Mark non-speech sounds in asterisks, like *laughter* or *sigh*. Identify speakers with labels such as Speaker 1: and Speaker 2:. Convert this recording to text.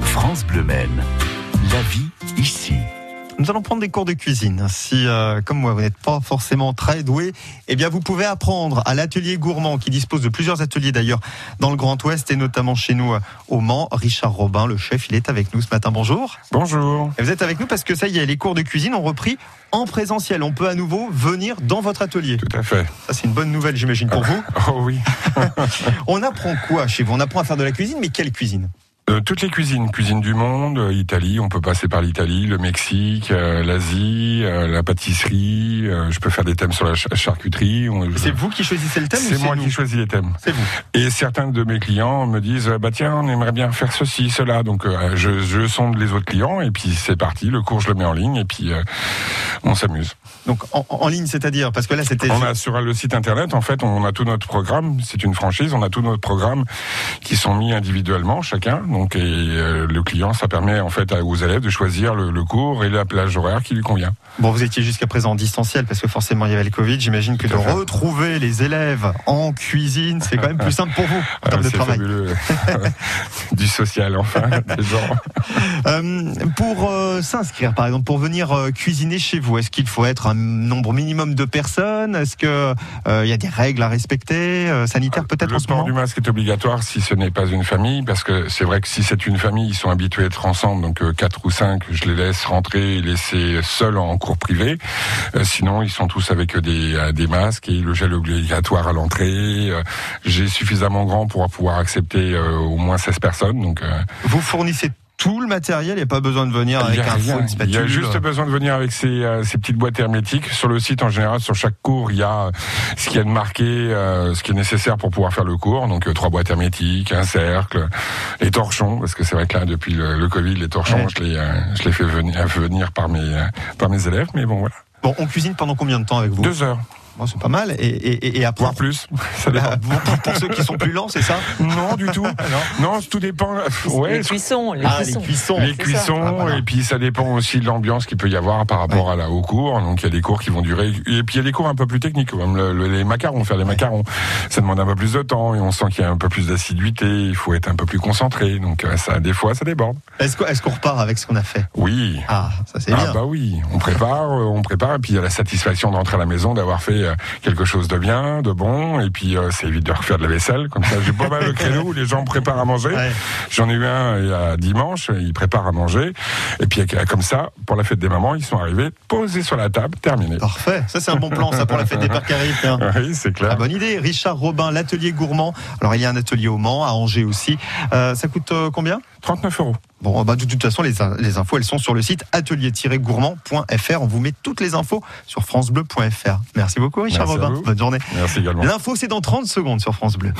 Speaker 1: France Bleu Maine. La vie ici.
Speaker 2: Nous allons prendre des cours de cuisine. Si, euh, comme moi, vous n'êtes pas forcément très doué, eh bien, vous pouvez apprendre à l'atelier gourmand qui dispose de plusieurs ateliers d'ailleurs dans le Grand Ouest et notamment chez nous euh, au Mans. Richard Robin, le chef, il est avec nous ce matin. Bonjour.
Speaker 3: Bonjour.
Speaker 2: Et vous êtes avec nous parce que ça y est, les cours de cuisine ont repris en présentiel. On peut à nouveau venir dans votre atelier.
Speaker 3: Tout à fait.
Speaker 2: Ça, c'est une bonne nouvelle, j'imagine, pour
Speaker 3: *laughs*
Speaker 2: vous.
Speaker 3: Oh oui.
Speaker 2: On apprend quoi chez vous On apprend à faire de la cuisine, mais quelle cuisine
Speaker 3: Euh, toutes les cuisines, cuisine du monde, euh, Italie, on peut passer par l'Italie, le Mexique, euh, l'Asie, euh, la pâtisserie, euh, je peux faire des thèmes sur la cha- charcuterie. on- je-
Speaker 2: C'est vous qui choisissez le thème ou
Speaker 3: C'est moi
Speaker 2: nous
Speaker 3: qui choisis les thèmes.
Speaker 2: C'est vous.
Speaker 3: Et certains de mes clients me disent, euh, bah tiens, on aimerait bien faire ceci, cela. Donc euh, je, je sonde les autres clients et puis c'est parti, le cours je le mets en ligne et puis euh, on s'amuse.
Speaker 2: Donc en, en ligne, c'est-à-dire parce que là c'était
Speaker 3: On a sur le site internet, en fait, on a tout notre programme. C'est une franchise, on a tous nos programmes qui sont mis individuellement chacun. Donc, et euh, le client, ça permet en fait à- aux élèves de choisir le, le cours et la plage horaire qui lui convient.
Speaker 2: bon, vous étiez jusqu'à présent en distanciel parce que forcément il y avait le Covid. J'imagine que de
Speaker 3: Tout à fait.
Speaker 2: retrouver les élèves en cuisine, c'est quand même plus simple pour vous en termes
Speaker 3: Euh,
Speaker 2: de
Speaker 3: c'est
Speaker 2: travail.
Speaker 3: fabuleux. *laughs* du social, enfin, des gens.
Speaker 2: Euh, pour euh, s'inscrire, par exemple, pour venir euh, cuisiner chez vous, est-ce qu'il faut être un nombre minimum de personnes Est-ce que euh, il y a des règles à respecter euh, sanitaires peut-être
Speaker 3: Le
Speaker 2: en ce
Speaker 3: port
Speaker 2: moment
Speaker 3: du masque est obligatoire si ce n'est pas une famille, parce que c'est vrai que si c'est une famille, ils sont habitués à être ensemble, donc euh, quatre ou cinq, je les laisse rentrer et laisser seuls en cours privé. Euh, sinon, ils sont tous avec des, euh, des masques et le gel obligatoire à l'entrée. Euh, J'ai suffisamment grand pour pouvoir accepter euh, au moins 16 personnes, donc euh,
Speaker 2: Vous fournissez tout le matériel, il n'y a pas besoin de venir
Speaker 3: il
Speaker 2: Ah, avec
Speaker 3: y a
Speaker 2: un
Speaker 3: rien.
Speaker 2: faux, une
Speaker 3: Il y a
Speaker 2: spatule.
Speaker 3: juste besoin de venir avec ces, euh, ces petites boîtes hermétiques. Sur le site, en général, sur chaque cours, il y a euh, ce qui est marqué, euh, ce qui est nécessaire pour pouvoir faire le cours. Donc, euh, trois boîtes hermétiques, un cercle, les torchons, parce que c'est vrai que là, depuis le, le Covid, les torchons,
Speaker 2: Ouais.
Speaker 3: je les, euh, je les fais venir, venir par mes, euh, par mes élèves. Mais bon, voilà.
Speaker 2: Bon, on cuisine pendant combien de temps avec vous
Speaker 3: Deux heures,
Speaker 2: Bon, C'est pas mal. Et, et, et- et après,
Speaker 3: voire plus. Ça dépend.
Speaker 2: Bah, *laughs* pour, pour- pour ceux qui sont plus lents, c'est ça
Speaker 3: Non, du tout. non, tout dépend. Ouais,
Speaker 4: les cuissons, les
Speaker 2: Ah, les
Speaker 4: cuissons.
Speaker 2: cuissons.
Speaker 3: les
Speaker 4: ça.
Speaker 3: cuissons
Speaker 2: Ah, voilà.
Speaker 3: et puis ça dépend aussi de l'ambiance qu'il peut y avoir par rapport à la au cours donc il y a des cours qui vont durer et puis il y a des cours un peu plus techniques comme le- le- les macarons faire des macarons ça demande un peu plus de temps et on sent qu'il y a un peu plus d'assiduité il faut être un peu plus concentré donc euh, ça des fois ça déborde
Speaker 2: Est-ce qu'on est-ce qu'on repart avec ce qu'on a fait
Speaker 3: oui
Speaker 2: Ah, ça c'est
Speaker 3: ah
Speaker 2: bien.
Speaker 3: bah oui, on prépare, euh, on prépare, et puis il y a la satisfaction de rentrer à la maison, d'avoir fait euh, quelque chose de bien, de bon, et puis euh, c'est évite de refaire de la vaisselle, comme ça j'ai pas mal
Speaker 2: *laughs*
Speaker 3: de créneaux où les gens préparent à manger,
Speaker 2: Ouais.
Speaker 3: J'en ai eu un il y a dimanche, ils préparent à manger. Et puis comme ça, pour la fête des mamans, ils sont arrivés, posés sur la table, terminé.
Speaker 2: Parfait. Ça c'est un bon plan, ça pour la fête des pères Caraïbes. tiens.
Speaker 3: Oui, c'est
Speaker 2: Ah,
Speaker 3: clair.
Speaker 2: bonne idée. Richard Robin, l'atelier gourmand. Alors il y a un atelier au Mans, à Angers aussi. Euh, ça coûte euh, combien
Speaker 3: 39 euros.
Speaker 2: Bon, bah, de toute façon, les, les infos, elles sont sur le site atelier-gourmand.fr. On vous met toutes les infos sur francebleu.fr. Merci beaucoup, Richard
Speaker 3: Merci à
Speaker 2: Robin.
Speaker 3: vous.
Speaker 2: Bonne journée.
Speaker 3: Merci également.
Speaker 2: L'info, c'est dans 30 secondes sur France Bleu.